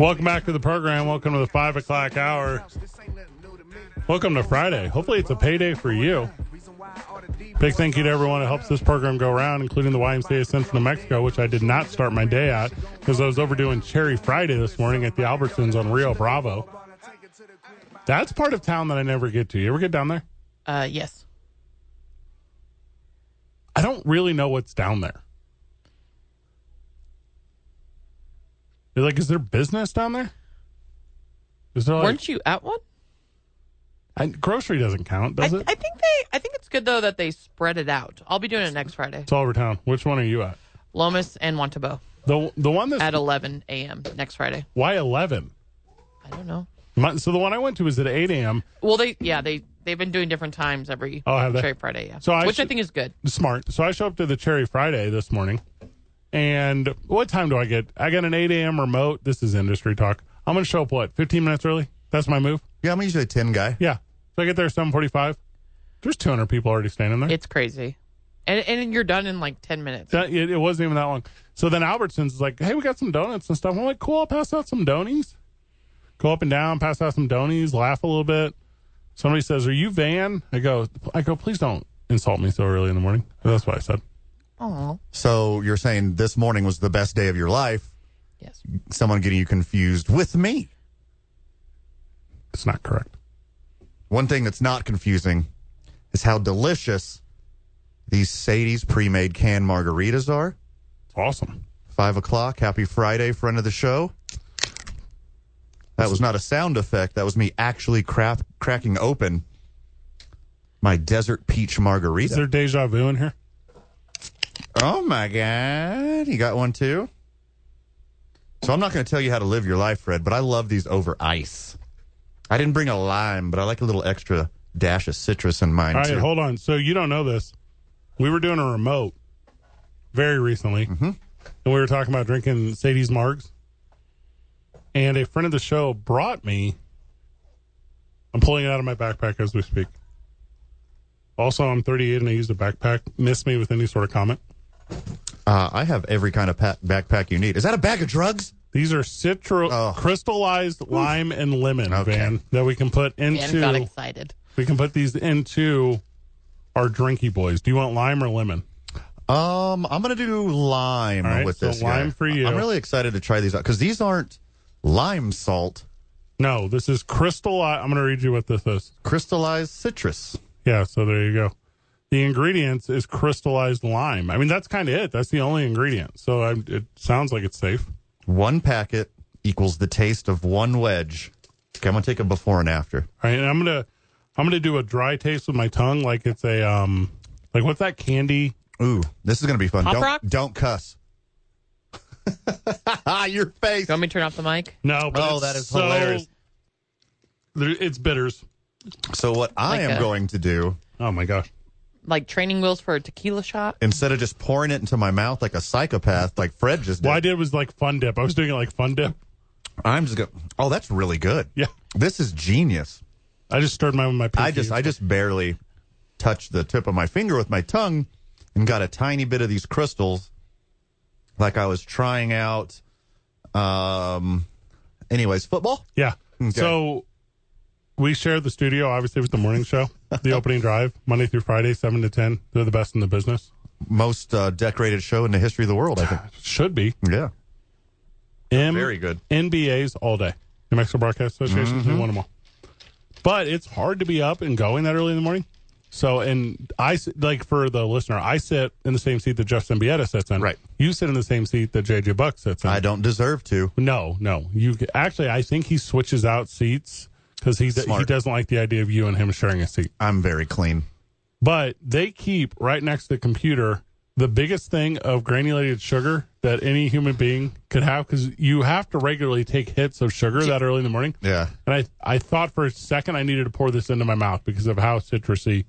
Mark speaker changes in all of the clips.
Speaker 1: Welcome back to the program. Welcome to the five o'clock hour. Welcome to Friday. Hopefully, it's a payday for you. Big thank you to everyone who helps this program go around, including the YMCA Send from New Mexico, which I did not start my day at because I was overdoing Cherry Friday this morning at the Albertsons on Rio Bravo. That's part of town that I never get to. You ever get down there?
Speaker 2: Uh, yes.
Speaker 1: I don't really know what's down there. You're like, is there business down there? Is there like
Speaker 2: Weren't you at one?
Speaker 1: I, grocery doesn't count,
Speaker 2: I,
Speaker 1: does
Speaker 2: I
Speaker 1: it?
Speaker 2: think they. I think it's good though that they spread it out. I'll be doing it next Friday.
Speaker 1: It's all over town. Which one are you at?
Speaker 2: Lomas and Wantabo
Speaker 1: The the one that's
Speaker 2: at 11 a.m. next Friday.
Speaker 1: why eleven.
Speaker 2: I don't know.
Speaker 1: My, so the one I went to was at eight a.m.
Speaker 2: Well, they yeah they they've been doing different times every
Speaker 1: Oh, have they?
Speaker 2: Cherry Friday. Yeah,
Speaker 1: So I
Speaker 2: which I
Speaker 1: should-
Speaker 2: think is good.
Speaker 1: Smart. So I show up to the Cherry Friday this morning, and what time do I get? I got an eight a.m. remote. This is industry talk. I'm gonna show up what fifteen minutes early. That's my move.
Speaker 3: Yeah, I'm usually a 10 guy.
Speaker 1: Yeah. So I get there at seven forty-five. There's two hundred people already standing there.
Speaker 2: It's crazy, and and you're done in like 10 minutes.
Speaker 1: That- it, it wasn't even that long. So then Albertsons is like, hey, we got some donuts and stuff. I'm like, cool, I'll pass out some donies. Go up and down, pass out some donies, laugh a little bit. Somebody says, are you Van? I go, I go, please don't insult me so early in the morning. That's what I said.
Speaker 2: Oh
Speaker 3: So you're saying this morning was the best day of your life.
Speaker 2: yes.
Speaker 3: Someone getting you confused with me.
Speaker 1: It's not correct.
Speaker 3: One thing that's not confusing is how delicious these Sadie's pre made canned margaritas are.
Speaker 1: It's awesome.
Speaker 3: Five o'clock. Happy Friday, friend of the show. That was not a sound effect. That was me actually crack, cracking open my desert peach margarita.
Speaker 1: Is there deja vu in here?
Speaker 3: oh my god, you got one too. So I'm not going to tell you how to live your life, Fred, but I love these over ice. I didn't bring a lime, but I like a little extra dash of citrus in mine
Speaker 1: All right,
Speaker 3: too.
Speaker 1: hold on. So you don't know this. We were doing a remote very recently,
Speaker 3: Mm-hmm.
Speaker 1: and we were talking about drinking Sadie's Margs. And a friend of the show brought me. I'm pulling it out of my backpack as we speak. Also, I'm 38 and I used a backpack. Miss me with any sort of comment.
Speaker 3: uh, I have every kind of pa- backpack you need. Is that a bag of drugs?
Speaker 1: These are citro
Speaker 3: Oh.
Speaker 1: crystallized lime and lemon,
Speaker 3: Okay.
Speaker 1: Van, that we can put
Speaker 2: Dan got
Speaker 1: into.
Speaker 2: excited.
Speaker 1: We can put these into our drinky boys. Do you want lime or lemon?
Speaker 3: Um, I'm gonna do lime
Speaker 1: All right,
Speaker 3: with
Speaker 1: so
Speaker 3: this.
Speaker 1: lime
Speaker 3: guy.
Speaker 1: for you.
Speaker 3: I'm really excited to try these out because these aren't lime salt,
Speaker 1: No, this is crystal. I'm going to read you what this is.
Speaker 3: crystallized citrus.
Speaker 1: Yeah, so there you go. The ingredients is crystallized lime. I mean, that's kind of it. That's the only ingredient. So I, it sounds like it's safe.
Speaker 3: One packet equals the taste of one wedge. Okay, I'm gonna take a before and after.
Speaker 1: All right, and I'm gonna I'm gonna do a dry taste with my tongue, like it's a um, like what's that candy?
Speaker 3: Ooh, this is gonna be fun.
Speaker 2: Pop
Speaker 3: don't
Speaker 2: rock?
Speaker 3: don't cuss. Your face.
Speaker 2: You want me to turn off the mic?
Speaker 1: No, but
Speaker 3: Oh,
Speaker 1: it's
Speaker 3: that is
Speaker 1: so-
Speaker 3: hilarious.
Speaker 1: There- It's bitters.
Speaker 3: So what I
Speaker 2: Like
Speaker 3: am
Speaker 2: a-
Speaker 3: going to do
Speaker 1: Oh my gosh.
Speaker 2: Like training wheels for a tequila shot.
Speaker 3: instead of just pouring it into my mouth like a psychopath, like Fred just did,
Speaker 1: What I did was like fun dip. I was doing it like fun dip.
Speaker 3: I'm just going. Oh, that's really good.
Speaker 1: Yeah,
Speaker 3: This is genius.
Speaker 1: I just stirred mine with my. Pinky.
Speaker 3: I just I just barely touched the tip of my finger with my tongue and got a tiny bit of these crystals like I was trying out um anyways, football.
Speaker 1: Yeah. So we share the studio, obviously, with the morning show, the opening drive, Monday through Friday, 7 to 10. They're the best in the business.
Speaker 3: Most uh, decorated show in the history of the world, I think.
Speaker 1: Should be.
Speaker 3: Yeah.
Speaker 1: M-
Speaker 3: Very good. Mm-hmm.
Speaker 1: NBAs all day. New Mexico Broadcast Association, we won them all. But it's hard to be up and going that early in the morning. So, and I, s- like for the listener, I sit in the same seat that Jeff Symbieta sits in.
Speaker 3: Right.
Speaker 1: You sit in the same seat that JJ Buck sits in.
Speaker 3: I don't deserve to.
Speaker 1: No, no. You actually, I think he switches out seats because he he
Speaker 3: Smart.
Speaker 1: doesn't like the idea of you and him sharing a seat.
Speaker 3: I'm very clean.
Speaker 1: but they keep right next to the computer the biggest thing of granulated sugar that any human being could have because you have to regularly take hits of sugar that early in the morning.
Speaker 3: Yeah.
Speaker 1: And I, I thought for a second I needed to pour this into my mouth because of how citrusy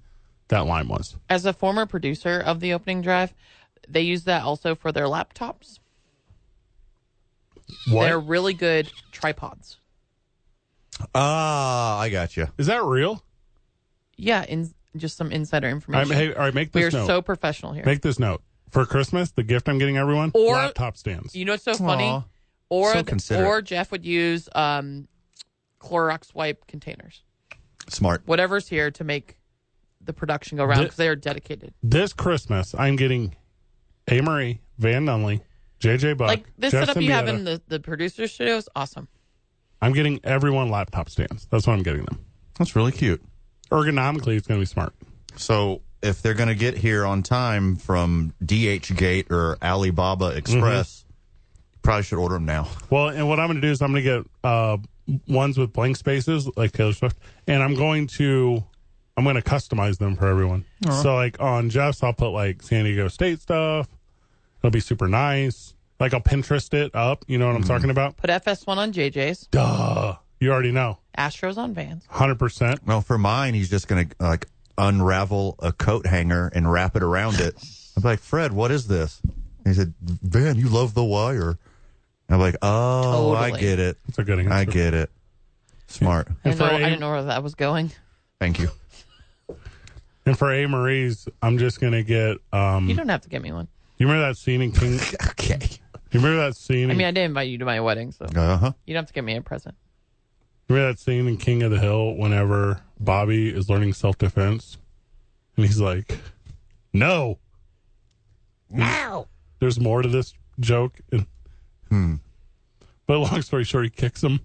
Speaker 1: that lime was.
Speaker 2: As a former producer of the opening drive, they use that also for their laptops. They're
Speaker 1: What?
Speaker 2: really good tripods.
Speaker 3: Ah, I got you.
Speaker 1: Is that real?
Speaker 2: Yeah, in just some insider
Speaker 1: i
Speaker 2: information.
Speaker 1: hey, all right, make
Speaker 2: we
Speaker 1: this
Speaker 2: are
Speaker 1: note.
Speaker 2: so professional here.
Speaker 1: make this note. For Christmas, the gift I'm getting everyone
Speaker 2: Or-
Speaker 1: laptop stands.
Speaker 2: you know what's so funny?
Speaker 3: Aw,
Speaker 2: or
Speaker 3: so
Speaker 2: th-
Speaker 3: considerate.
Speaker 2: or Jeff would use um, Clorox wipe containers.
Speaker 3: Smart.
Speaker 2: Whatever's here to make the production go around
Speaker 1: Th-
Speaker 2: because they are dedicated.
Speaker 1: This Christmas, I'm getting A. Marie, Van Nunley, JJ Buck.
Speaker 2: like this
Speaker 1: Jeff
Speaker 2: setup you have
Speaker 1: Symbieta.
Speaker 2: in the, the producer studio is awesome.
Speaker 1: I'm getting everyone laptop stands. That's what I'm getting them.
Speaker 3: That's really cute.
Speaker 1: Ergonomically, it's going to be smart.
Speaker 3: So if they're going to get here on time from DH Gate or Alibaba Express, probably should order them now.
Speaker 1: Well, and what I'm going to do is I'm going to get uh, ones with blank spaces, like Taylor Swift, and I'm going to I'm going to customize them for everyone. So, like on Jeff's, I'll put like San Diego State stuff. It'll be super nice. Like I'll Pinterest it up. You know what I'm talking about?
Speaker 2: Put FS1 on JJ's,
Speaker 1: Duh. You already know.
Speaker 2: Astros on Vans.
Speaker 1: Hundred percent.
Speaker 3: Well, for mine, he's just going to like unravel a coat hanger and wrap it around it. I'm like, Fred, what is this? And he said, Van, you love the wire. And I'm like, oh, I
Speaker 2: Totally.
Speaker 3: get it.
Speaker 1: That's a good answer.
Speaker 3: I get it. Smart.
Speaker 2: I didn't,
Speaker 1: for
Speaker 2: know,
Speaker 1: a-
Speaker 2: I didn't know where that was going.
Speaker 3: Thank you.
Speaker 1: And for A. Marie's, I'm just going to get. Um,
Speaker 2: You
Speaker 1: you,
Speaker 2: don't have to get me one.
Speaker 1: remember that scene in King?
Speaker 3: Okay.
Speaker 1: You remember that scene?
Speaker 2: I
Speaker 1: in-
Speaker 2: mean, I did invite you to my wedding, so
Speaker 3: Uh huh.
Speaker 2: you don't have to get me a present.
Speaker 1: Remember that scene in King of the Hill whenever Bobby is learning self defense? And he's like, No.
Speaker 2: Wow.
Speaker 1: There's more to this joke. And,
Speaker 3: Hmm.
Speaker 1: But long story short, he kicks him.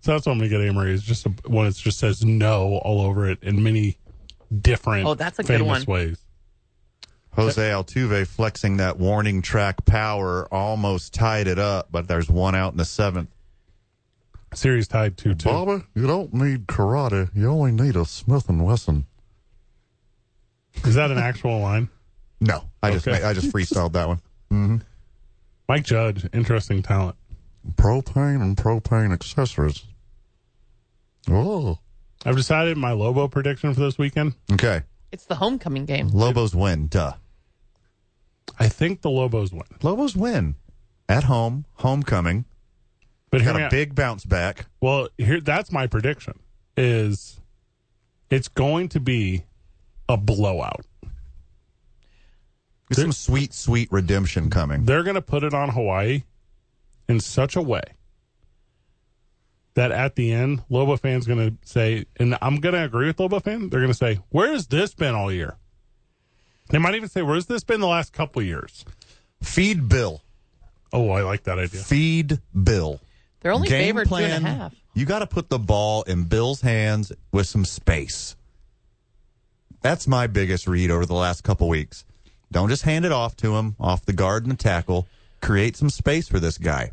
Speaker 1: So that's what I'm going to get Amory. It's just a, one that just says no all over it in many different
Speaker 2: Oh, that's a good
Speaker 1: famous
Speaker 2: one.
Speaker 1: ways.
Speaker 3: Jose Altuve flexing that warning track power almost tied it up, but there's one out in the seventh.
Speaker 1: Series tied 2 2.
Speaker 3: Baba, you don't need karate. You only need a Smith and Wesson.
Speaker 1: Is that an actual line?
Speaker 3: No, I just
Speaker 1: Okay.
Speaker 3: I just freestyled that one.
Speaker 1: Mike Judge, interesting talent.
Speaker 3: Propane and propane accessories. Oh,
Speaker 1: I've decided my Lobo prediction for this weekend.
Speaker 3: okay.
Speaker 2: It's the homecoming game.
Speaker 3: Lobos win. Duh.
Speaker 1: I think the Lobos win.
Speaker 3: Lobos win at home. Homecoming
Speaker 1: But hear
Speaker 3: got
Speaker 1: me
Speaker 3: a
Speaker 1: out.
Speaker 3: big bounce back.
Speaker 1: Well, here that's my prediction is it's going to be a blowout.
Speaker 3: There's some sweet, sweet redemption coming.
Speaker 1: They're going to put it on Hawaii in such a way that at the end, Lobo fans going to say, and I'm going to agree with Lobo fan. They're going to say, "Where has this been all year?" They might even say, "Where's this been the last couple of years?"
Speaker 3: Feed Bill.
Speaker 1: Oh, I like that idea.
Speaker 3: Feed Bill.
Speaker 2: They're only
Speaker 3: Game
Speaker 2: favored
Speaker 3: plan,
Speaker 2: two and a half.
Speaker 3: You got to put the ball in Bill's hands with some space. That's my biggest read over the last couple weeks. Don't just hand it off to him off the guard and the tackle. Create some space for this guy.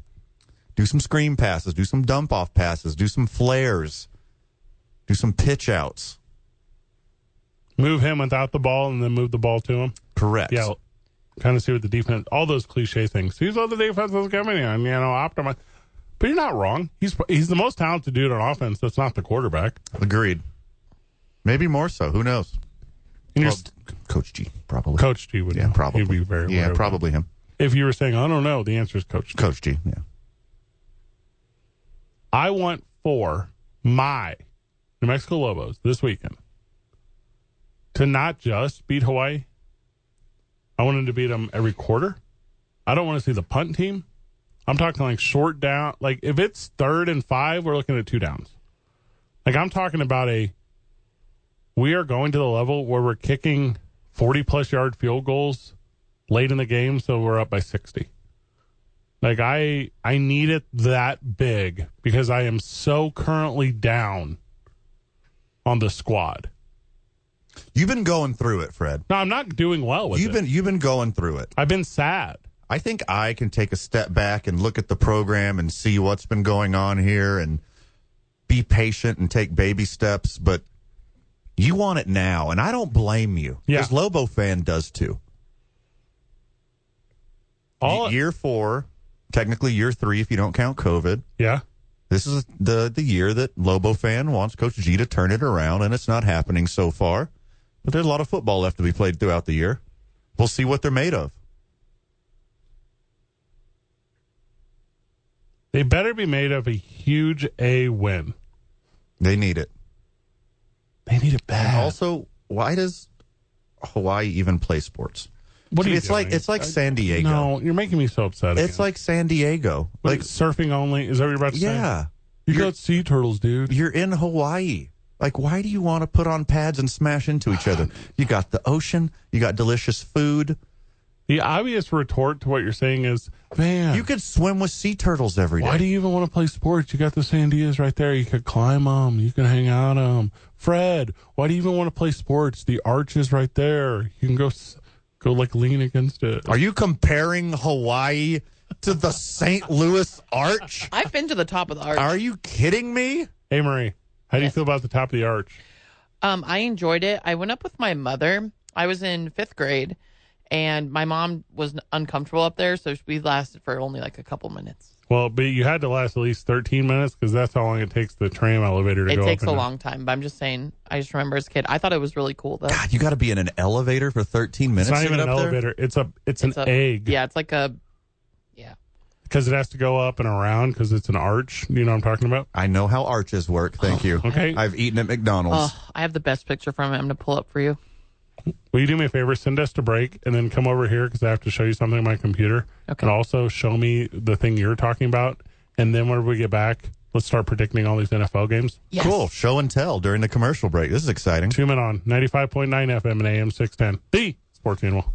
Speaker 3: Do some screen passes, do some dump off passes, do some flares, do some pitch outs.
Speaker 1: Move him without the ball, and then move the ball to him.
Speaker 3: Correct.
Speaker 1: Yeah, kind of see what the defense, all those cliche things. He's what the defense is coming in, you know, optimize. But you're not wrong. He's he's the most talented dude on offense. That's not the quarterback.
Speaker 3: Agreed. Maybe more so. Who knows?
Speaker 1: And you're
Speaker 3: Well,
Speaker 1: s-
Speaker 3: Coach G, probably.
Speaker 1: Coach G would
Speaker 3: yeah,
Speaker 1: know.
Speaker 3: probably.
Speaker 1: He'd be very aware
Speaker 3: yeah,
Speaker 1: of that.
Speaker 3: probably him.
Speaker 1: If you were saying, I don't know, the answer is Coach. G.
Speaker 3: Coach G, yeah.
Speaker 1: I want for my New Mexico Lobos this weekend to not just beat Hawaii. I want them to beat them every quarter. I don't want to see the punt team. I'm talking like short down. Like if it's third and five, we're looking at two downs. Like I'm talking about a. We are going to the level where we're kicking 40 plus yard field goals late in the game, so we're up by 60. Like I I need it that big because I am so currently down on the squad.
Speaker 3: You've been going through it, Fred.
Speaker 1: No, I'm not doing well with
Speaker 3: You've
Speaker 1: it.
Speaker 3: been you've been going through it.
Speaker 1: I've been sad.
Speaker 3: I think I can take a step back and look at the program and see what's been going on here and be patient and take baby steps, but you want it now, and I don't blame you.
Speaker 1: Yeah.
Speaker 3: This Lobo fan does too.
Speaker 1: All-
Speaker 3: year four, technically year three if you don't count COVID.
Speaker 1: Yeah.
Speaker 3: This is the the year that Lobo fan wants Coach G to turn it around, and it's not happening so far. But there's a lot of football left to be played throughout the year. We'll see what they're made of.
Speaker 1: They better be made of a huge A win.
Speaker 3: They need it.
Speaker 1: They need it
Speaker 3: And
Speaker 1: bad.
Speaker 3: also, why does Hawaii even play sports?
Speaker 1: what are you
Speaker 3: it's like
Speaker 1: doing?
Speaker 3: it's like San Diego.
Speaker 1: No, you're making me so upset.
Speaker 3: it's like San Diego.
Speaker 1: like
Speaker 3: Like
Speaker 1: surfing only. Is that what you're about to say?
Speaker 3: yeah,
Speaker 1: You
Speaker 3: You're-
Speaker 1: got sea turtles, dude.
Speaker 3: you're in Hawaii. Like why do you want to put on pads and smash into each other? You got the ocean, you got delicious food.
Speaker 1: The obvious retort to what you're saying is, man,
Speaker 3: You could swim with sea turtles every day.
Speaker 1: why do you even want to play sports? You got the Sandias right there. You could climb them. You can hang out them. Fred, why do you even want to play sports? The arch is right there. You can go s- go like lean against it.
Speaker 3: Are you comparing Hawaii to the St. Louis Arch?
Speaker 2: I've been to the top of the arch.
Speaker 3: Are you kidding me?
Speaker 1: Hey, Marie, how do you feel about the top of the arch?
Speaker 2: Um, I enjoyed it. I went up with my mother. I was in fifth grade, and my mom was n- uncomfortable up there, so we lasted for only like a couple minutes.
Speaker 1: Well, but you had to last at least 13 minutes because that's how long it takes the tram elevator to
Speaker 2: It
Speaker 1: go
Speaker 2: takes
Speaker 1: up
Speaker 2: a
Speaker 1: and down.
Speaker 2: long time, but I'm just saying. I just remember as a kid, I thought it was really cool though.
Speaker 3: God, you got to be in an elevator for 13 minutes
Speaker 1: It's not
Speaker 3: to
Speaker 1: even
Speaker 3: get
Speaker 1: an
Speaker 3: up there?
Speaker 1: elevator. It's a it's,
Speaker 2: It's
Speaker 1: an
Speaker 2: a-
Speaker 1: egg.
Speaker 2: Yeah, it's like a yeah.
Speaker 1: because it has to go up and around because it's an arch. You know what I'm talking about?
Speaker 3: I know how arches work. Thank you.
Speaker 1: Oh, Okay.
Speaker 3: I've eaten at McDonald's.
Speaker 2: Oh, I have the best picture from it. I'm gonna pull up for you.
Speaker 1: Will you do me a favor? Send us to break and then come over here because I have to show you something on my computer.
Speaker 2: Okay.
Speaker 1: And also show me the thing you're talking about. And then whenever we get back, let's start predicting all these NFL games.
Speaker 2: Yes.
Speaker 3: Cool. Show and tell during the commercial break. This is exciting.
Speaker 1: Tune in on 95.9 FM and AM 610. The Sports Animal.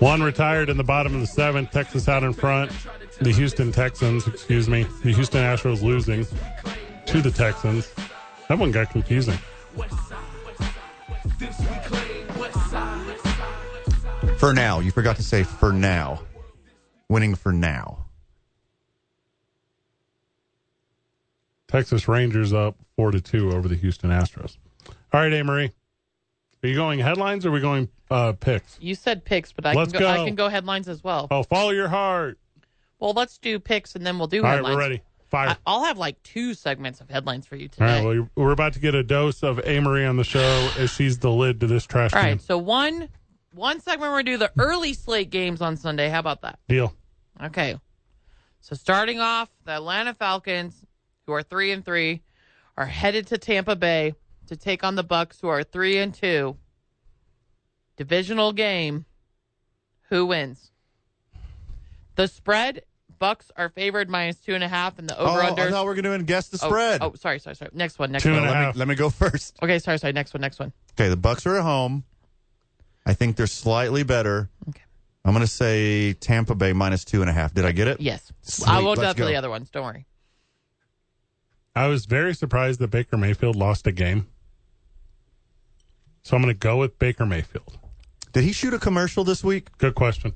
Speaker 1: One retired in the bottom of the seventh. Texas out in front. The Houston Texans, excuse me. The Houston Astros losing to the Texans. That one got confusing.
Speaker 3: For now. You forgot to say for now. Winning for now.
Speaker 1: Texas Rangers up four to two over the Houston Astros. All right, Amory. Are you going headlines or are we going uh, picks?
Speaker 2: You said picks, but I
Speaker 1: Let's
Speaker 2: can go,
Speaker 1: go.
Speaker 2: I can go headlines as well.
Speaker 1: Oh, follow your heart.
Speaker 2: Well, let's do picks and then we'll do
Speaker 1: All right,
Speaker 2: headlines.
Speaker 1: we're ready. Fire.
Speaker 2: I, I'll have like two segments of headlines for you
Speaker 1: All
Speaker 2: today.
Speaker 1: right, well, you're- we're about to get a dose of Amory on the show as she's the lid to this trash
Speaker 2: All
Speaker 1: can.
Speaker 2: right, so one one segment we're gonna do the early slate games on Sunday. How about that?
Speaker 1: Deal.
Speaker 2: Okay. So starting off, the Atlanta Falcons, who are three and three, are headed to Tampa Bay to take on the Bucks, who are three and two. Divisional game. Who wins? The spread. Bucks are favored minus two and a half, and the over
Speaker 3: oh,
Speaker 2: under.
Speaker 3: I thought we were going to guess the spread.
Speaker 2: Oh, sorry, sorry, sorry. Next one. Next
Speaker 1: Two
Speaker 2: one.
Speaker 1: and a
Speaker 3: Let me,
Speaker 1: half.
Speaker 3: let me go first.
Speaker 2: Okay, sorry, sorry. Next one. Next one.
Speaker 3: Okay, the Bucks are at home. I think they're slightly better.
Speaker 2: Okay.
Speaker 3: I'm going to say Tampa Bay minus two and a half. Did I get it?
Speaker 2: Yes.
Speaker 3: Sweet,
Speaker 2: I won't
Speaker 3: let's
Speaker 2: up for
Speaker 3: go.
Speaker 2: the other ones. Don't worry.
Speaker 1: I was very surprised that Baker Mayfield lost a game. So I'm going to go with Baker Mayfield.
Speaker 3: Did he shoot a commercial this week?
Speaker 1: Good question.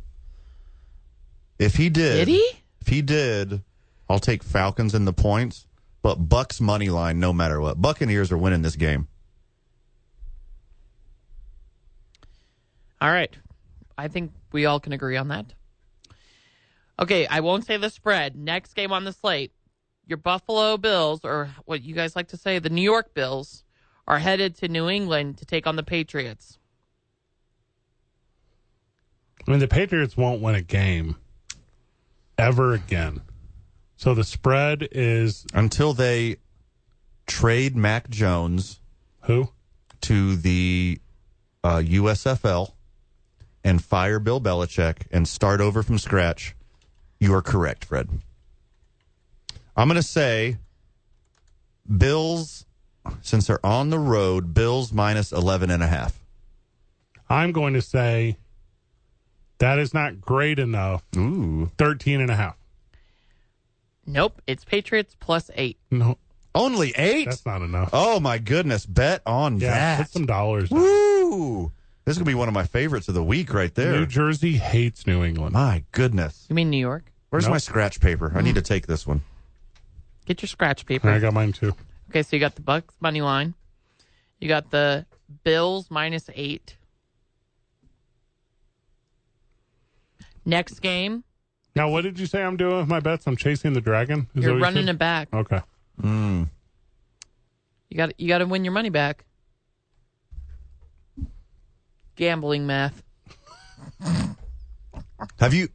Speaker 3: If he did,
Speaker 2: Did he?
Speaker 3: If he did, I'll take Falcons in the points, but Bucks money line no matter what. Buccaneers are winning this game.
Speaker 2: All right. I think we all can agree on that. Okay, I won't say the spread. Next game on the slate, your Buffalo Bills, or what you guys like to say, the New York Bills, are headed to New England to take on the Patriots.
Speaker 1: I mean, the Patriots won't win a game ever again. So the spread is
Speaker 3: Until they trade Mac Jones
Speaker 1: who?
Speaker 3: to the uh, USFL and fire Bill Belichick and start over from scratch, you are correct, Fred. I'm going to say Bills, since they're on the road, Bills minus 11 and a half.
Speaker 1: I'm going to say that is not great enough.
Speaker 3: Ooh.
Speaker 1: 13 and a half.
Speaker 2: Nope, it's Patriots plus eight.
Speaker 1: No,
Speaker 3: Only eight?
Speaker 1: that's not enough.
Speaker 3: Oh my goodness! Bet on
Speaker 1: yeah, put
Speaker 3: that.
Speaker 1: some dollars. down.
Speaker 3: Woo! This is gonna be one of my favorites of the week, right
Speaker 1: New
Speaker 3: there.
Speaker 1: Jersey hates New England.
Speaker 3: My goodness!
Speaker 2: You mean New York?
Speaker 3: Where's
Speaker 1: Nope.
Speaker 3: my scratch paper? I need to take this one.
Speaker 2: Get your scratch
Speaker 1: And I
Speaker 2: paper.
Speaker 1: got mine too.
Speaker 2: Okay, so you got the Bucks money line, You got the Bills minus eight. Next game,
Speaker 1: Now, what did you say I'm doing with my bets? I'm chasing the dragon. Is that
Speaker 2: you're
Speaker 1: what you
Speaker 2: running
Speaker 1: said?
Speaker 2: it back.
Speaker 1: Okay.
Speaker 2: You got you got to win your money back. Gambling math.
Speaker 3: Have you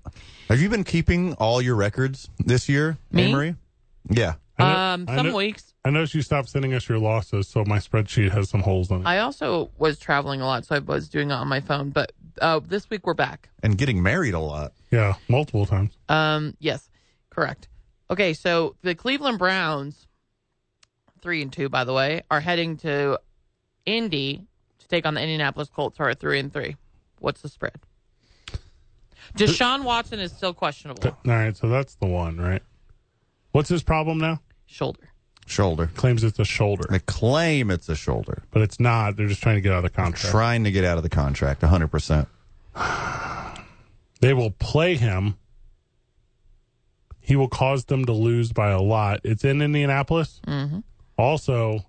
Speaker 3: have you been keeping all your records this year,
Speaker 2: Me?
Speaker 3: Amory? Yeah.
Speaker 1: I know-
Speaker 2: Um,
Speaker 1: I
Speaker 2: some
Speaker 1: know-
Speaker 2: weeks.
Speaker 1: I noticed you stopped sending us your losses, so my spreadsheet has some holes in it.
Speaker 2: I also was traveling a lot, so I was doing it on my phone. But uh, this week we're back.
Speaker 3: And getting married a lot.
Speaker 1: yeah, multiple times.
Speaker 2: Um, yes, correct. Okay, so the Cleveland Browns, three and two, by the way, are heading to Indy to take on the Indianapolis Colts, who are three and three. What's the spread? Deshaun Watson is still questionable.
Speaker 1: All right, so that's the one, right? What's his problem now?
Speaker 2: Shoulder.
Speaker 3: Shoulder.
Speaker 1: Claims it's a shoulder,
Speaker 3: They claim it's a shoulder.
Speaker 1: but it's not. They're just trying to get out of the contract.
Speaker 3: Trying to get out of the contract 100%.
Speaker 1: They will play him. He will cause them to lose by a lot. It's in Indianapolis. Mm-hmm. Also,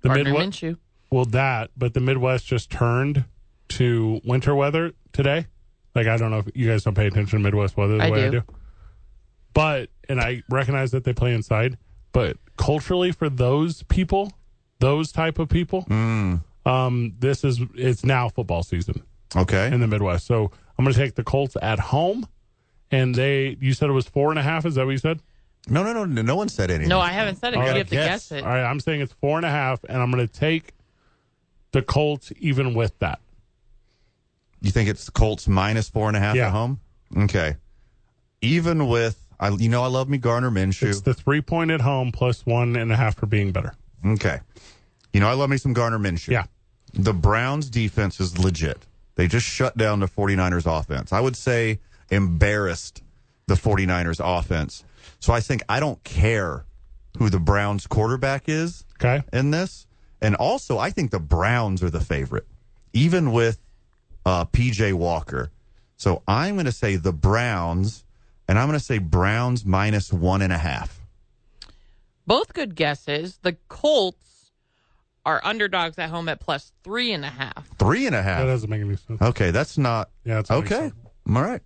Speaker 1: the
Speaker 2: Gardner
Speaker 1: Midwest.
Speaker 2: Minshew.
Speaker 1: Well, that, but the Midwest just turned to winter weather today. Like, I don't know if you guys don't pay attention to Midwest weather the
Speaker 2: I
Speaker 1: way I
Speaker 2: do.
Speaker 1: do. But, and I recognize that they play inside, but culturally for those people, those type of people, um, this is, it's now football season
Speaker 3: Okay.
Speaker 1: in the Midwest. So I'm going to take the Colts at home. And they, you said it was four and a half. Is that what you said?
Speaker 3: No, no, no, no, no one said anything.
Speaker 2: No, I haven't said it. 'cause
Speaker 1: All
Speaker 2: You
Speaker 1: right,
Speaker 2: have to
Speaker 3: guess.
Speaker 2: guess it.
Speaker 1: All right. I'm saying it's four and a half, and I'm going to take the Colts even with that.
Speaker 3: You think it's the Colts minus four and a half
Speaker 1: Yeah.
Speaker 3: at home? Okay. Even with, I, you know, I love me Garner
Speaker 1: It's
Speaker 3: Minshew.
Speaker 1: the three point at home plus one and a half for being better.
Speaker 3: okay. You know, I love me some Garner Minshew.
Speaker 1: Yeah.
Speaker 3: The Browns defense is legit. They just shut down the 49ers offense. I would say embarrassed the 49ers offense. So I think I don't care who the Browns quarterback is
Speaker 1: Okay.
Speaker 3: in this. And also, I think the Browns are the favorite, even with uh, PJ Walker. So I'm going to say the Browns, and I'm going to say Browns minus one and a half.
Speaker 2: Both good guesses. The Colts are underdogs at home at plus three and a half.
Speaker 3: Three and a
Speaker 1: That
Speaker 3: half.
Speaker 1: doesn't make any sense.
Speaker 3: Okay, that's not.
Speaker 1: Yeah, it's
Speaker 3: Okay. All right.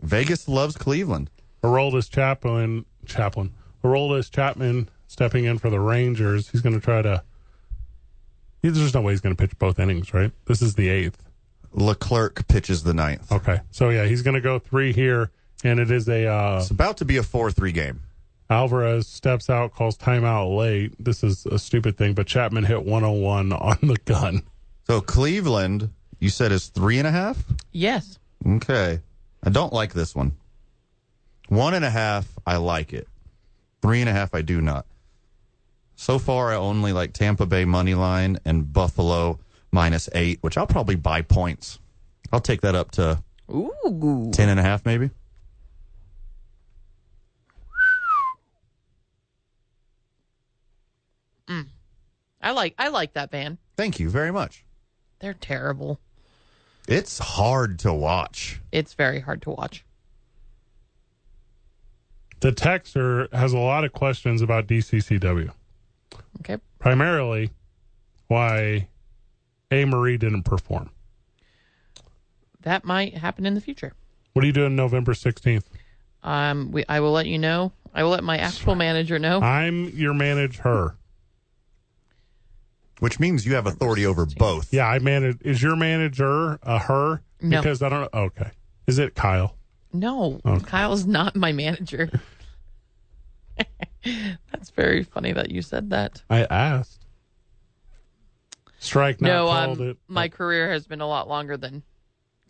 Speaker 3: Vegas loves Cleveland.
Speaker 1: Aroldis Chaplin, Chaplin, Aroldis Chapman stepping in for the Rangers. He's going to try to. There's just no way he's going to pitch both innings, right? This is the eighth.
Speaker 3: Leclerc pitches the ninth.
Speaker 1: Okay, so yeah, he's going to go three here, and it is a uh,
Speaker 3: It's about to be a 4 3 game.
Speaker 1: Alvarez steps out, calls timeout late. This is a stupid thing, but Chapman hit 101 on the gun.
Speaker 3: So Cleveland, you said, is three and a half?
Speaker 2: Yes.
Speaker 3: Okay. I don't like this one. One and a half, I like it. Three and a half, I do not. So far, I only like Tampa Bay money line and Buffalo minus eight, which I'll probably buy points. I'll take that up to
Speaker 2: Ooh.
Speaker 3: ten and a half, maybe.
Speaker 2: I like I like that band.
Speaker 3: Thank you very much.
Speaker 2: They're terrible.
Speaker 3: It's hard to watch.
Speaker 2: It's very hard to watch.
Speaker 1: The texter has a lot of questions about DCCW.
Speaker 2: Okay.
Speaker 1: primarily why A. Marie didn't perform.
Speaker 2: That might happen in the future.
Speaker 1: What are you doing November 16th?
Speaker 2: Um, we, I will let you know. I will let my actual manager know.
Speaker 1: I'm your manage her.
Speaker 3: Which means you have authority over both.
Speaker 1: Yeah, I manage. Is your manager a her?
Speaker 2: No.
Speaker 1: Because I don't. Okay. Is it Kyle?
Speaker 2: No, Kyle's not my manager. That's very funny that you said that.
Speaker 1: I asked. Strike not
Speaker 2: no,
Speaker 1: called
Speaker 2: um,
Speaker 1: it. Uh,
Speaker 2: my career has been a lot longer than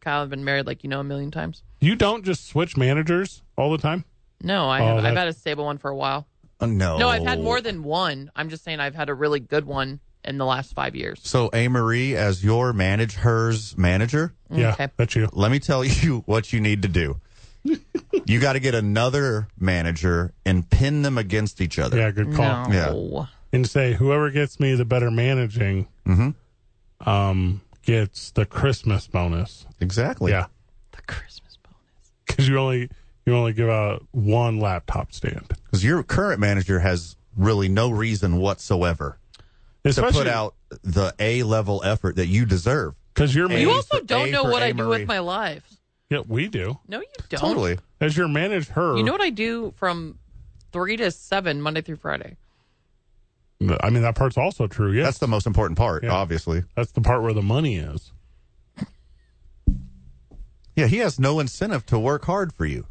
Speaker 2: Kyle. I've been married, like you know, a million times.
Speaker 1: you don't just switch managers all the time.
Speaker 2: No, I
Speaker 1: Oh,
Speaker 2: have, I've
Speaker 1: that's-
Speaker 2: had a stable one for a while.
Speaker 3: Uh, no.
Speaker 2: No, I've had more than one. I'm just saying I've had a really good one in the last five years.
Speaker 3: So, A. Marie, as your manage hers manager,
Speaker 1: Yeah,
Speaker 2: Okay.
Speaker 1: that's you.
Speaker 3: let me tell you what you need to do. you got to get another manager and pin them against each other.
Speaker 1: Yeah, good call.
Speaker 2: No.
Speaker 1: And say whoever gets me the better managing, um, gets the Christmas bonus.
Speaker 3: Exactly.
Speaker 1: Yeah.
Speaker 2: The Christmas bonus.
Speaker 1: because you only you only give out one laptop stand.
Speaker 3: Because your current manager has really no reason whatsoever to put
Speaker 1: Especially-
Speaker 3: out the A level effort that you deserve.
Speaker 1: Because you're
Speaker 3: Hey,
Speaker 2: You
Speaker 1: man.
Speaker 2: also
Speaker 3: for-
Speaker 2: don't
Speaker 3: A
Speaker 2: know
Speaker 3: for
Speaker 2: what
Speaker 3: A
Speaker 2: I do
Speaker 3: Marie.
Speaker 2: with my life.
Speaker 1: Yeah, we do.
Speaker 2: No, you don't.
Speaker 3: Totally.
Speaker 1: As your manager, her.
Speaker 2: You know what I do from three to seven Monday through Friday.
Speaker 1: I mean, that part's also true. Yeah,
Speaker 3: That's
Speaker 1: that's,
Speaker 3: the most important part,
Speaker 1: Yeah.
Speaker 3: obviously.
Speaker 1: the part where the money is.
Speaker 3: Yeah, he has no incentive to work hard for you.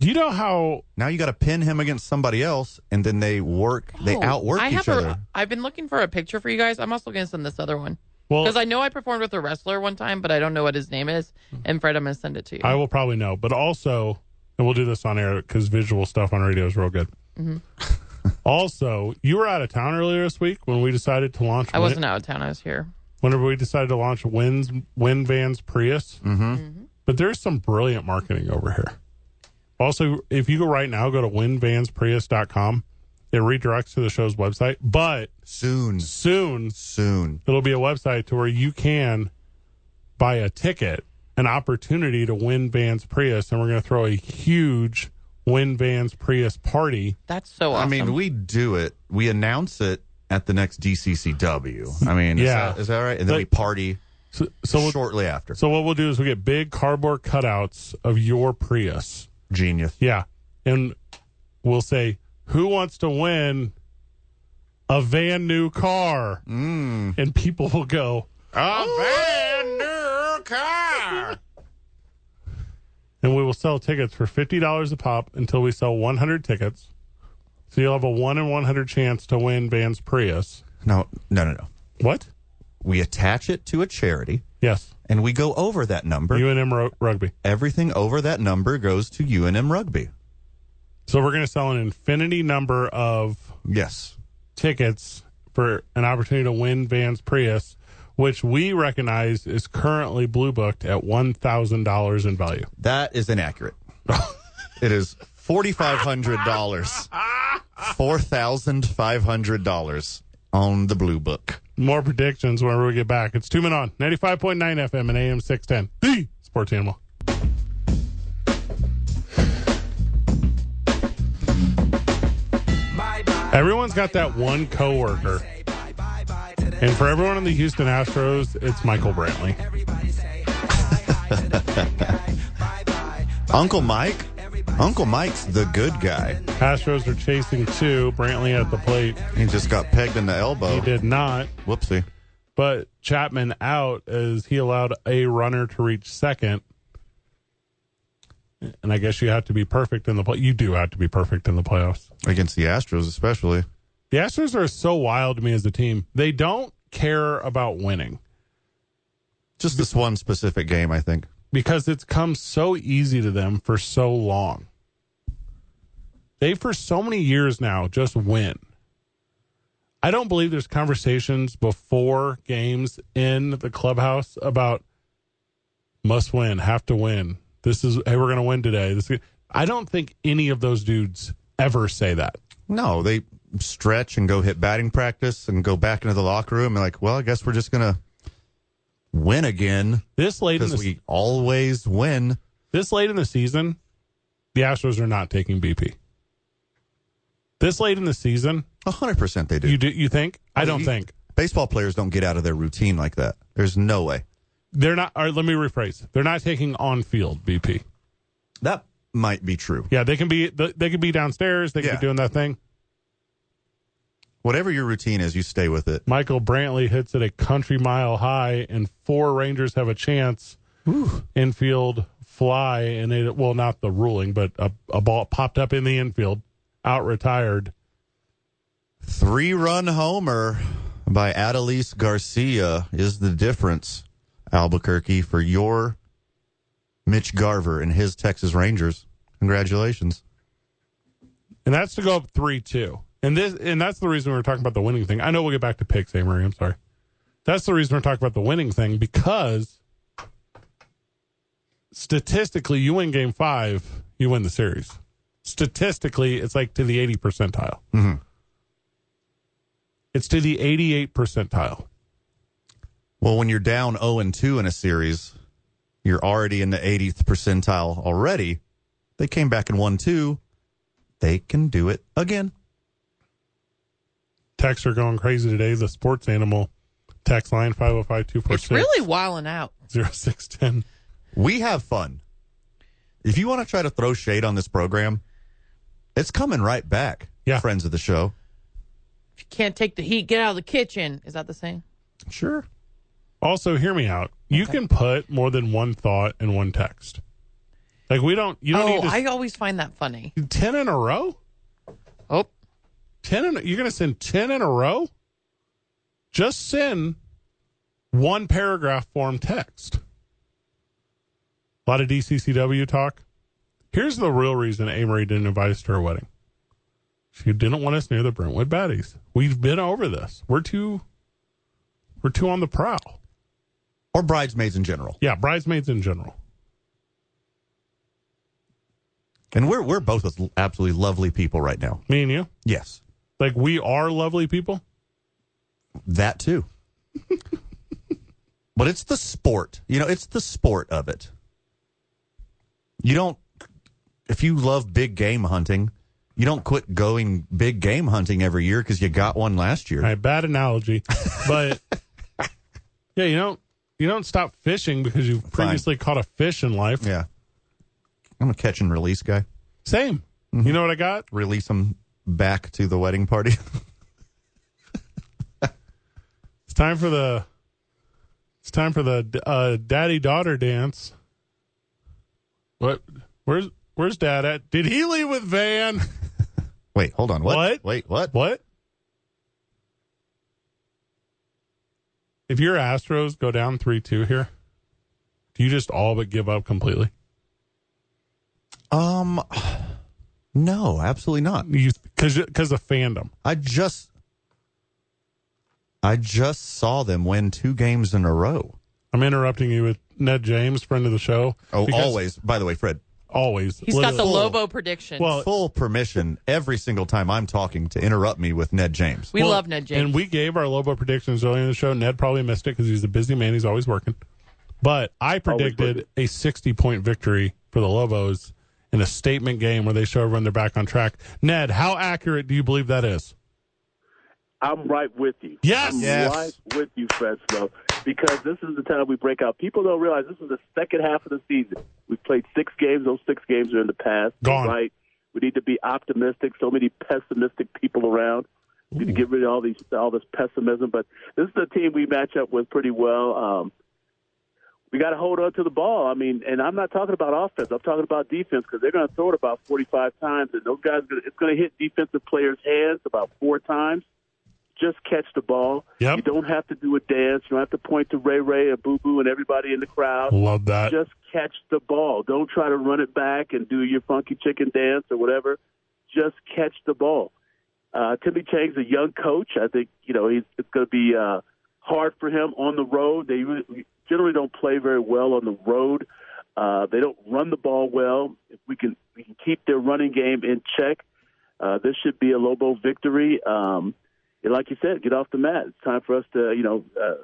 Speaker 1: Do you know how?
Speaker 3: Now you got to pin him against somebody else, and then they work. They
Speaker 2: Oh,
Speaker 3: outwork
Speaker 2: I
Speaker 3: each
Speaker 2: have
Speaker 3: other.
Speaker 2: A, I've been looking for a picture for you guys. I'm also going to send this other one
Speaker 1: Well,
Speaker 2: because I know I performed with a wrestler one time, but I don't know what his name is.
Speaker 3: Mm-hmm.
Speaker 2: And Fred, I'm going to send it to you.
Speaker 1: I will probably know, but also, and we'll do this on air because visual stuff on radio is real good.
Speaker 2: Mm-hmm.
Speaker 1: also, you were out of town earlier this week when we decided to launch.
Speaker 2: I wasn't out of town. I was here.
Speaker 1: Whenever we decided to launch Wins Win Van's Prius, mm-hmm. but there's some brilliant marketing over here. Also, if you go right now, go to winvansprius.com. It redirects to the show's website, but
Speaker 3: soon,
Speaker 1: soon
Speaker 3: soon.
Speaker 1: it'll be a website to where you can buy a ticket, an opportunity to win Vans Prius, and we're going to throw a huge win Vans Prius party.
Speaker 2: That's so
Speaker 3: I
Speaker 2: awesome.
Speaker 3: mean, we do it. We announce it at the next DCCW. I mean,
Speaker 1: Yeah.
Speaker 3: is, that, is that right? And then we
Speaker 1: Like-
Speaker 3: party
Speaker 1: So, so, we'll-
Speaker 3: shortly after.
Speaker 1: so what we'll do is we'll get big cardboard cutouts of your Prius.
Speaker 3: Genius.
Speaker 1: Yeah. And we'll say, who wants to win a van new car?
Speaker 3: Mm.
Speaker 1: And people will go,
Speaker 3: A brand
Speaker 1: Oh!
Speaker 3: new car.
Speaker 1: and we will sell tickets for fifty dollars a pop until we sell one hundred tickets. So you'll have a one in one hundred chance to win Van's Prius.
Speaker 3: No, no, no, no.
Speaker 1: What?
Speaker 3: We attach it to a charity,
Speaker 1: Yes,
Speaker 3: and we go over that number.
Speaker 1: UNM ro- rugby.
Speaker 3: Everything over that number goes to UNM Rugby.
Speaker 1: So we're going to sell an infinity number of
Speaker 3: Yes.
Speaker 1: tickets for an opportunity to win Van's Prius, which we recognize is currently blue booked at one thousand dollars in value.
Speaker 3: That is inaccurate. it is forty five hundred dollars, four thousand five hundred dollars on the blue book.
Speaker 1: More predictions whenever we get back. It's two men on ninety five point nine FM and AM six ten. The sports animal. Everyone's got that one coworker. And for everyone in the Houston Astros, it's Michael Brantley.
Speaker 3: Uncle Mike, Uncle Mike's the good guy.
Speaker 1: Astros are chasing two. Brantley at the plate.
Speaker 3: He just got pegged in the elbow.
Speaker 1: He did not.
Speaker 3: Whoopsie.
Speaker 1: But Chapman out as he allowed a runner to reach second. And I guess you have to be perfect in the play. You do have to be perfect in the playoffs.
Speaker 3: Against the Astros, especially.
Speaker 1: The Astros are so wild to me as a team. They don't care about winning
Speaker 3: Just this one specific game, I think.
Speaker 1: because it's come so easy to them for so long. They, for so many years now, just win. I don't believe there's conversations before games in the clubhouse about must win, have to win. This is, hey, we're going to win today. This, is- I don't think any of those dudes ever say that.
Speaker 3: No, they stretch and go hit batting practice and go back into the locker room and like, well, I guess we're just gonna win again
Speaker 1: This late in
Speaker 3: because
Speaker 1: the
Speaker 3: we always win.
Speaker 1: This late in the season, the Astros are not taking BP. This late in the season,
Speaker 3: hundred percent they do.
Speaker 1: you do you think? I don't
Speaker 3: you-
Speaker 1: think
Speaker 3: Baseball players don't get out of their routine like that. There's no way.
Speaker 1: they're not. All right, let me rephrase. They're not taking on field BP.
Speaker 3: That might be true.
Speaker 1: Yeah, they can be they can be downstairs. They can
Speaker 3: Yeah.
Speaker 1: be doing that thing.
Speaker 3: Whatever your routine is, you stay with it.
Speaker 1: Michael Brantley hits it a country mile high, and four Rangers have a chance. Infield fly, and they well not the ruling, but a, a ball popped up in the infield, out retired.
Speaker 3: Three run homer by Adelise Garcia is the difference, Albuquerque, for your Mitch Garver and his Texas Rangers. Congratulations.
Speaker 1: and that's to go up three two. And this and that's the reason we were talking about the winning thing. I know we'll get back to picks, Amory. I'm sorry. That's the reason we're talking about the winning thing because statistically, you win game five, you win the series. Statistically, it's like to the 80 percentile.
Speaker 3: Mhm.
Speaker 1: It's to the 88 percentile.
Speaker 3: Well, when you're down 0 and 2 in a series, you're already in the 80th percentile already. They came back and won two. They can do it again.
Speaker 1: texts are going crazy today. The sports animal text line 505
Speaker 2: It's
Speaker 1: 246
Speaker 2: really wilding out.
Speaker 1: 0610.
Speaker 3: We have fun. If you want to try to throw shade on this program, it's coming right back,
Speaker 1: Yeah.
Speaker 3: friends of the show.
Speaker 2: If you can't take the heat, get out of the kitchen. Is that the same?
Speaker 3: Sure.
Speaker 1: Also, hear me out. You can put more than one thought in one text. Like, we don't, you don't
Speaker 2: Oh,
Speaker 1: need to.
Speaker 2: I always find that funny.
Speaker 1: 10 in a row?
Speaker 2: Oh,
Speaker 1: 10 in, you're going to send 10 in a row? Just send one paragraph form text. A lot of DCCW talk. Here's the real reason Amory didn't invite us to her wedding. She didn't want us near the Brentwood baddies. We've been over this. We're too we're too on the prowl.
Speaker 3: Or bridesmaids in general.
Speaker 1: Yeah, bridesmaids in general.
Speaker 3: And we're we're both with absolutely lovely people right now.
Speaker 1: Me and you.
Speaker 3: Yes.
Speaker 1: Like we are lovely people.
Speaker 3: That too. but it's the sport. You know, it's the sport of it. You don't if you love big game hunting, you don't quit going big game hunting every year because you got one last year.
Speaker 1: All right, bad analogy, but yeah, you don't you don't stop fishing because you've previously caught a fish in life.
Speaker 3: Yeah. I'm a catch and release guy.
Speaker 1: Same. You know what I got?
Speaker 3: Release them back to the wedding party.
Speaker 1: It's time for the it's time for the uh, daddy daughter dance. What? Where's Where's dad at? Did he leave with Van?
Speaker 3: Wait, hold on. What?
Speaker 1: What?
Speaker 3: Wait, what?
Speaker 1: What? If your Astros go down three two here, do you just all but give up completely?
Speaker 3: Um No, absolutely not.
Speaker 1: You because because of fandom.
Speaker 3: I just I just saw them win two games in a row.
Speaker 1: I'm interrupting you with Ned James, friend of the show.
Speaker 3: Oh,
Speaker 1: because-
Speaker 3: always. By the way, Fred,
Speaker 1: always.
Speaker 2: he's got the
Speaker 1: Literally.
Speaker 2: Lobo prediction.
Speaker 1: Well,
Speaker 3: full permission every single time I'm talking to interrupt me with Ned James.
Speaker 2: we
Speaker 1: Well,
Speaker 2: love Ned James.
Speaker 1: And we gave our Lobo predictions earlier in the show. Ned probably missed it because he's a busy man. He's always working. But I predicted a 60 point victory for the Lobos in a statement game where they show everyone they're back on track. Ned, how accurate do you believe that is?
Speaker 4: I'm right with you.
Speaker 1: Yes.
Speaker 4: I'm
Speaker 3: Yes.
Speaker 4: right with you, Fred Snow, because this is the time we break out. People don't realize this is the second half of the season. We've played six games. Those six games are in the past. You're
Speaker 1: Gone.
Speaker 4: Right. We need to be optimistic. So many pessimistic people around. We need to get rid of all these all this pessimism. But this is a team we match up with pretty well. Um, we got to hold on to the ball. I mean, and I'm not talking about offense. I'm talking about defense because they're going to throw it about 45 times, and those guys it's going to hit defensive players' hands about four times. Just catch the ball.
Speaker 1: Yep.
Speaker 4: You don't have to do a dance. You don't have to point to Ray Ray and Boo Boo and everybody in the crowd.
Speaker 1: Love that.
Speaker 4: Just catch the ball. Don't try to run it back and do your funky chicken dance or whatever. Just catch the ball. Uh, Timmy Chang's a young coach. I think you know he's it's going to be uh, hard for him on the road. They really- generally don't play very well on the road. Uh, they don't run the ball well. If we can we can keep their running game in check, uh, this should be a Lobo victory. Um, and like you said, get off the mat. It's time for us to you know uh,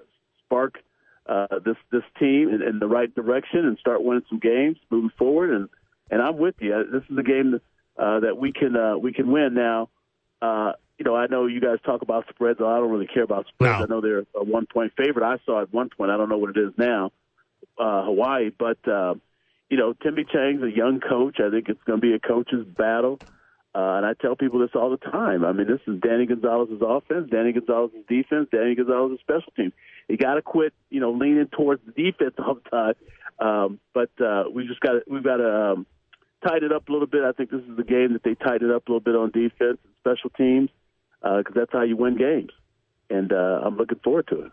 Speaker 4: spark uh, this this team in, in the right direction and start winning some games moving forward. And and I'm with you. This is a game uh, that we can uh, we can win now. Uh, you know, I know you guys talk about spreads. I don't really care about spreads.
Speaker 1: No.
Speaker 4: I know they're a one point favorite. I saw at one point. I don't know what it is now. Uh, Hawaii, but uh, you know, Timmy Chang's a young coach. I think it's going to be a coach's battle. Uh, and I tell people this all the time. I mean, this is Danny Gonzalez's offense, Danny Gonzalez's defense, Danny Gonzalez's special team. You got to quit, you know, leaning towards the defense all the time. Um, but uh, we just got to we've got to um, tighten it up a little bit. I think this is the game that they tighten it up a little bit on defense and special teams because that's how you win games. And uh, I'm looking forward to it.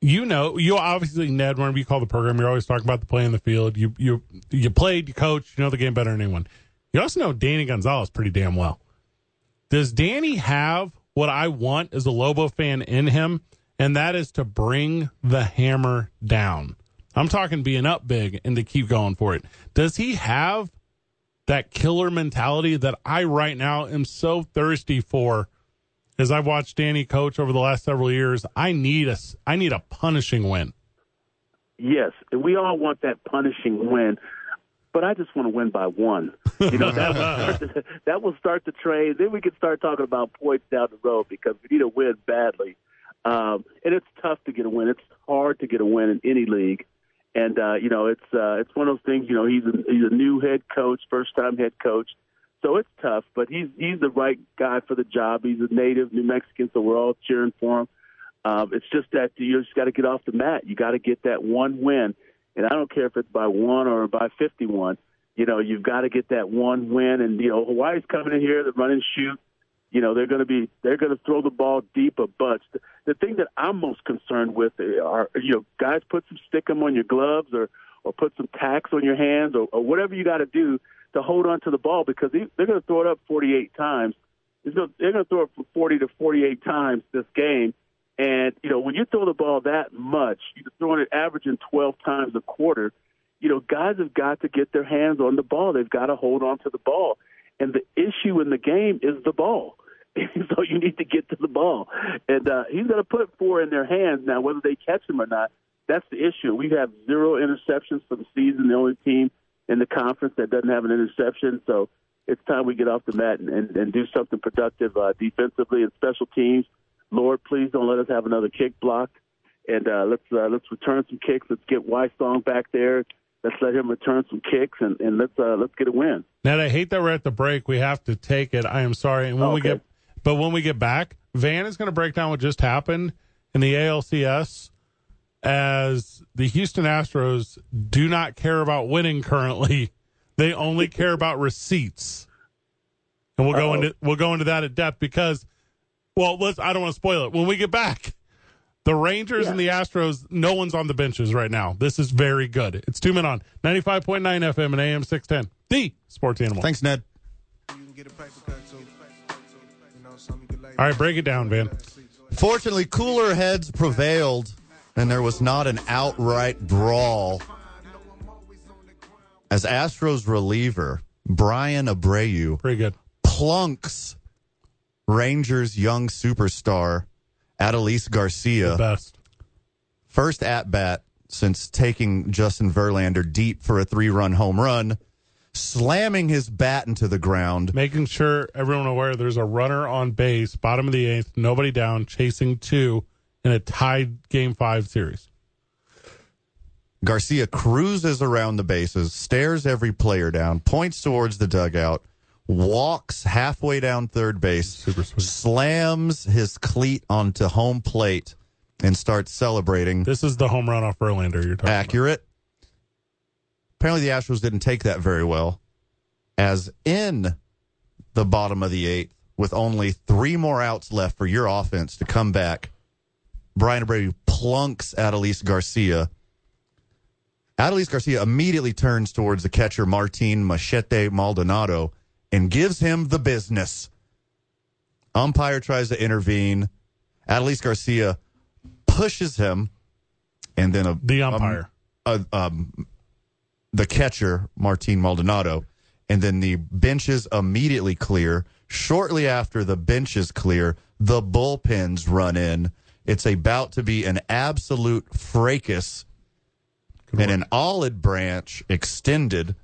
Speaker 1: you know, you obviously Ned. Whenever you call the program, you're always talking about the play in the field. You you you played, you coached, you know the game better than anyone. You also know Danny Gonzalez pretty damn well. Does Danny have what I want as a Lobo fan in him, and that is to bring the hammer down? I'm talking being up big and to keep going for it. Does he have that killer mentality that I right now am so thirsty for? as I've watched Danny coach over the last several years, I need a s- I need a punishing win.
Speaker 4: Yes, and we all want that punishing win. but I just want to win by one. You know, that will, start the, that will start the train. Then we can start talking about points down the road because we need a win badly. Um, and it's tough to get a win. It's hard to get a win in any league. And uh, you know, it's uh, it's one of those things. You know, he's a, he's a new head coach, first time head coach, so it's tough. But he's he's the right guy for the job. He's a native New Mexican, so we're all cheering for him. Um, it's just that you just got to get off the mat. You got to get that one win, and I don't care if it's by one or by fifty-one. You know, you've got to get that one win. And you know, Hawaii's coming in here, the run and shoot. You know, they're going to be they're going to throw the ball deep a bunch. The, the thing that I'm most concerned with are you know guys put some stickum on your gloves or or put some tacks on your hands or, or whatever you got to do to hold on to the ball because they, they're going to throw it up 48 times. It's gonna, they're going to throw it from 40 to 48 times this game. And, you know, when you throw the ball that much, you're throwing it averaging 12 times a quarter, you know, guys have got to get their hands on the ball. They've got to hold on to the ball. And the issue in the game is the ball. so you need to get to the ball. And uh, he's going to put four in their hands. Now, whether they catch him or not, that's the issue. We have zero interceptions for the season, the only team in the conference that doesn't have an interception. So it's time we get off the mat and, and, and do something productive uh, defensively and special teams. Lord, please don't let us have another kick blocked. And uh, let's uh, let's return some kicks. Let's get Weissong back there. Let's let him return some kicks and, and let's uh, let's get a win.
Speaker 1: Ned, I hate that we're at the break. We have to take it. I am sorry. And when we
Speaker 4: Okay.
Speaker 1: get, but when we get back, Van is going to break down what just happened in the ALCS as the Houston Astros do not care about winning currently. They only care about receipts. And we'll go
Speaker 4: Uh-oh.
Speaker 1: into we'll go into that at depth because well, let's I don't want to spoil it. When we get back, the Rangers and the Astros, no one's on the benches right now. This is very good. It's two men on 95.9 FM and AM 610. The sports animal.
Speaker 3: Thanks, Ned.
Speaker 5: You can get a paper cut too. You know, something you can lay
Speaker 1: All right, break it down, Van.
Speaker 3: Fortunately, cooler heads prevailed, and there was not an outright brawl. As Astros reliever Brian Abreu
Speaker 1: Pretty good.
Speaker 3: plunks Rangers young superstar Adelise Garcia.
Speaker 1: Best.
Speaker 3: first at bat since taking Justin Verlander deep for a three run home run, slamming his bat into the ground.
Speaker 1: Making sure everyone aware there's a runner on base, bottom of the eighth, nobody down, chasing two in a tied game five series.
Speaker 3: Garcia cruises around the bases, stares every player down, points towards the dugout, walks halfway down third base,
Speaker 1: Super sweet.
Speaker 3: slams his cleat onto home plate, and starts celebrating.
Speaker 1: This is the home run off Verlander you're talking about.
Speaker 3: accurate. Apparently, the Astros didn't take that very well, as in the bottom of the eighth, with only three more outs left for your offense to come back. Brian Abreu plunks Adelise Garcia. Adelise Garcia immediately turns towards the catcher Martin Machete Maldonado and gives him the business. Umpire tries to intervene. Adelise Garcia pushes him, and then a
Speaker 1: The umpire.
Speaker 3: uh, um, the catcher Martin Maldonado, and then the benches immediately clear. Shortly after the benches clear, the bullpens run in. It's about to be an absolute fracas, and an olive branch extended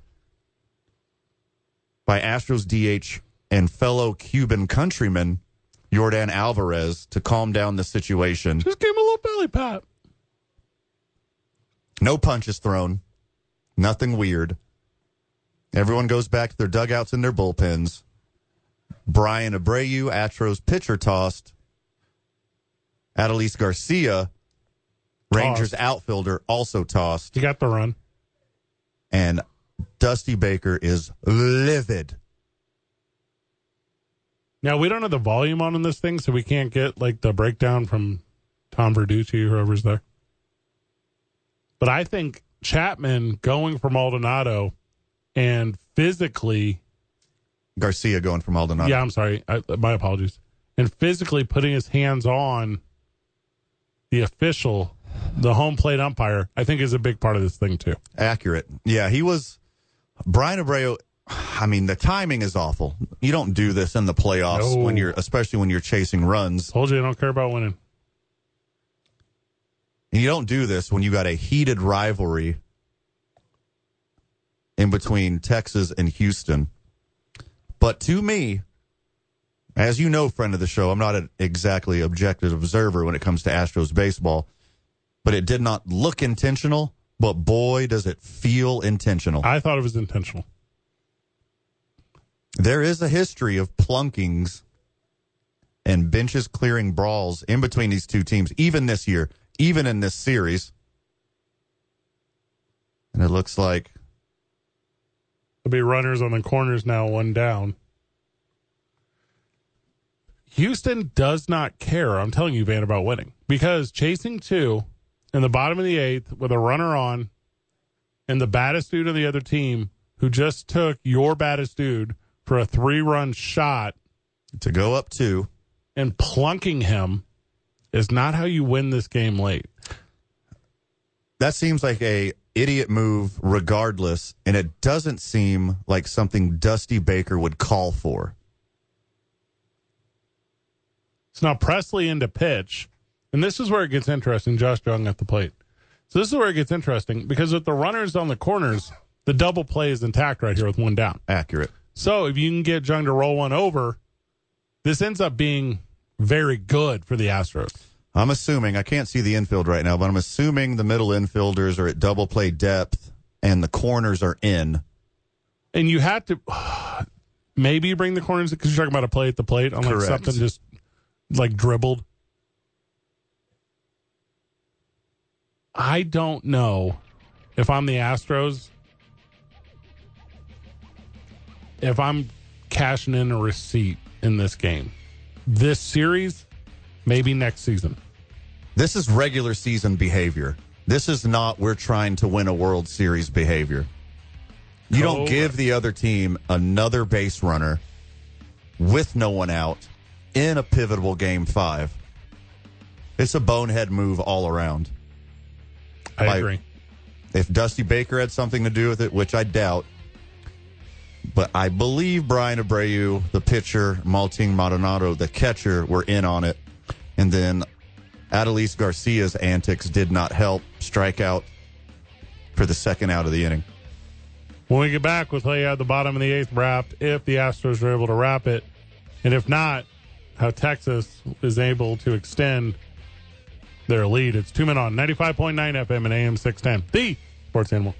Speaker 3: by Astros DH and fellow Cuban countryman Jordan Alvarez to calm down the situation.
Speaker 1: Just give him a little belly pat.
Speaker 3: No punches thrown. Nothing weird. Everyone goes back to their dugouts and their bullpens. Brian Abreu, Astros pitcher tossed. Adelise Garcia, Rangers
Speaker 1: Tossed.
Speaker 3: outfielder, also tossed.
Speaker 1: You got the run.
Speaker 3: And Dusty Baker is livid.
Speaker 1: Now we don't have the volume on in this thing, so we can't get like the breakdown from Tom Verducci, whoever's there. But I think Chapman going for Maldonado and physically,
Speaker 3: Garcia going from Maldonado.
Speaker 1: yeah, I'm sorry, I, my apologies, and physically putting his hands on the official, the home plate umpire, I think is a big part of this thing too.
Speaker 3: Accurate. Yeah, he was. Brian Abreu. I mean, the timing is awful. You don't do this in the playoffs
Speaker 1: No.
Speaker 3: when you're, especially when you're chasing runs.
Speaker 1: Told you I don't care about winning.
Speaker 3: And you don't do this when you got a heated rivalry in between Texas and Houston. But to me, as you know, friend of the show, I'm not an exactly objective observer when it comes to Astros baseball, but it did not look intentional, but boy, does it feel intentional.
Speaker 1: I thought it was intentional.
Speaker 3: There is a history of plunkings and benches clearing brawls in between these two teams, even this year, even in this series. And it looks like
Speaker 1: There'll be runners on the corners now, one down. Houston does not care, I'm telling you, Van, about winning because chasing two in the bottom of the eighth with a runner on and the baddest dude of the other team who just took your baddest dude for a three run shot
Speaker 3: to go up two.
Speaker 1: and plunking him is not how you win this game late.
Speaker 3: That seems like a idiot move regardless, and it doesn't seem like something Dusty Baker would call for.
Speaker 1: So now Presley into pitch, and this is where it gets interesting. Josh Young at the plate. So this is where it gets interesting because with the runners on the corners, the double play is intact right here with one down.
Speaker 3: Accurate.
Speaker 1: So if you can get Jung to roll one over, this ends up being very good for the Astros.
Speaker 3: I'm assuming I can't see the infield right now, but I'm assuming the middle infielders are at double play depth and the corners are in.
Speaker 1: And you have to maybe bring the corners because you're talking about a play at the plate on like
Speaker 3: Correct.
Speaker 1: something just like dribbled. I don't know if I'm the Astros, if I'm cashing in a receipt in this game, this series, maybe next season.
Speaker 3: This is regular season behavior. This is not we're trying to win a World Series behavior. You don't
Speaker 1: Correct.
Speaker 3: give the other team another base runner with no one out in a pivotal game five. It's a bonehead move all around.
Speaker 1: I
Speaker 3: Like-
Speaker 1: agree.
Speaker 3: If Dusty Baker had something to do with it, which I doubt, but I believe Brian Abreu, the pitcher, Malting Maldonado, the catcher, were in on it. And then Adelise Garcia's antics did not help strike out for the second out of the inning.
Speaker 1: When we get back, we'll tell you how the bottom of the eighth wrapped, if the Astros are able to wrap it, and if not, how Texas is able to extend their lead. It's two men on 95.9 FM and AM 610. The Sports Animal.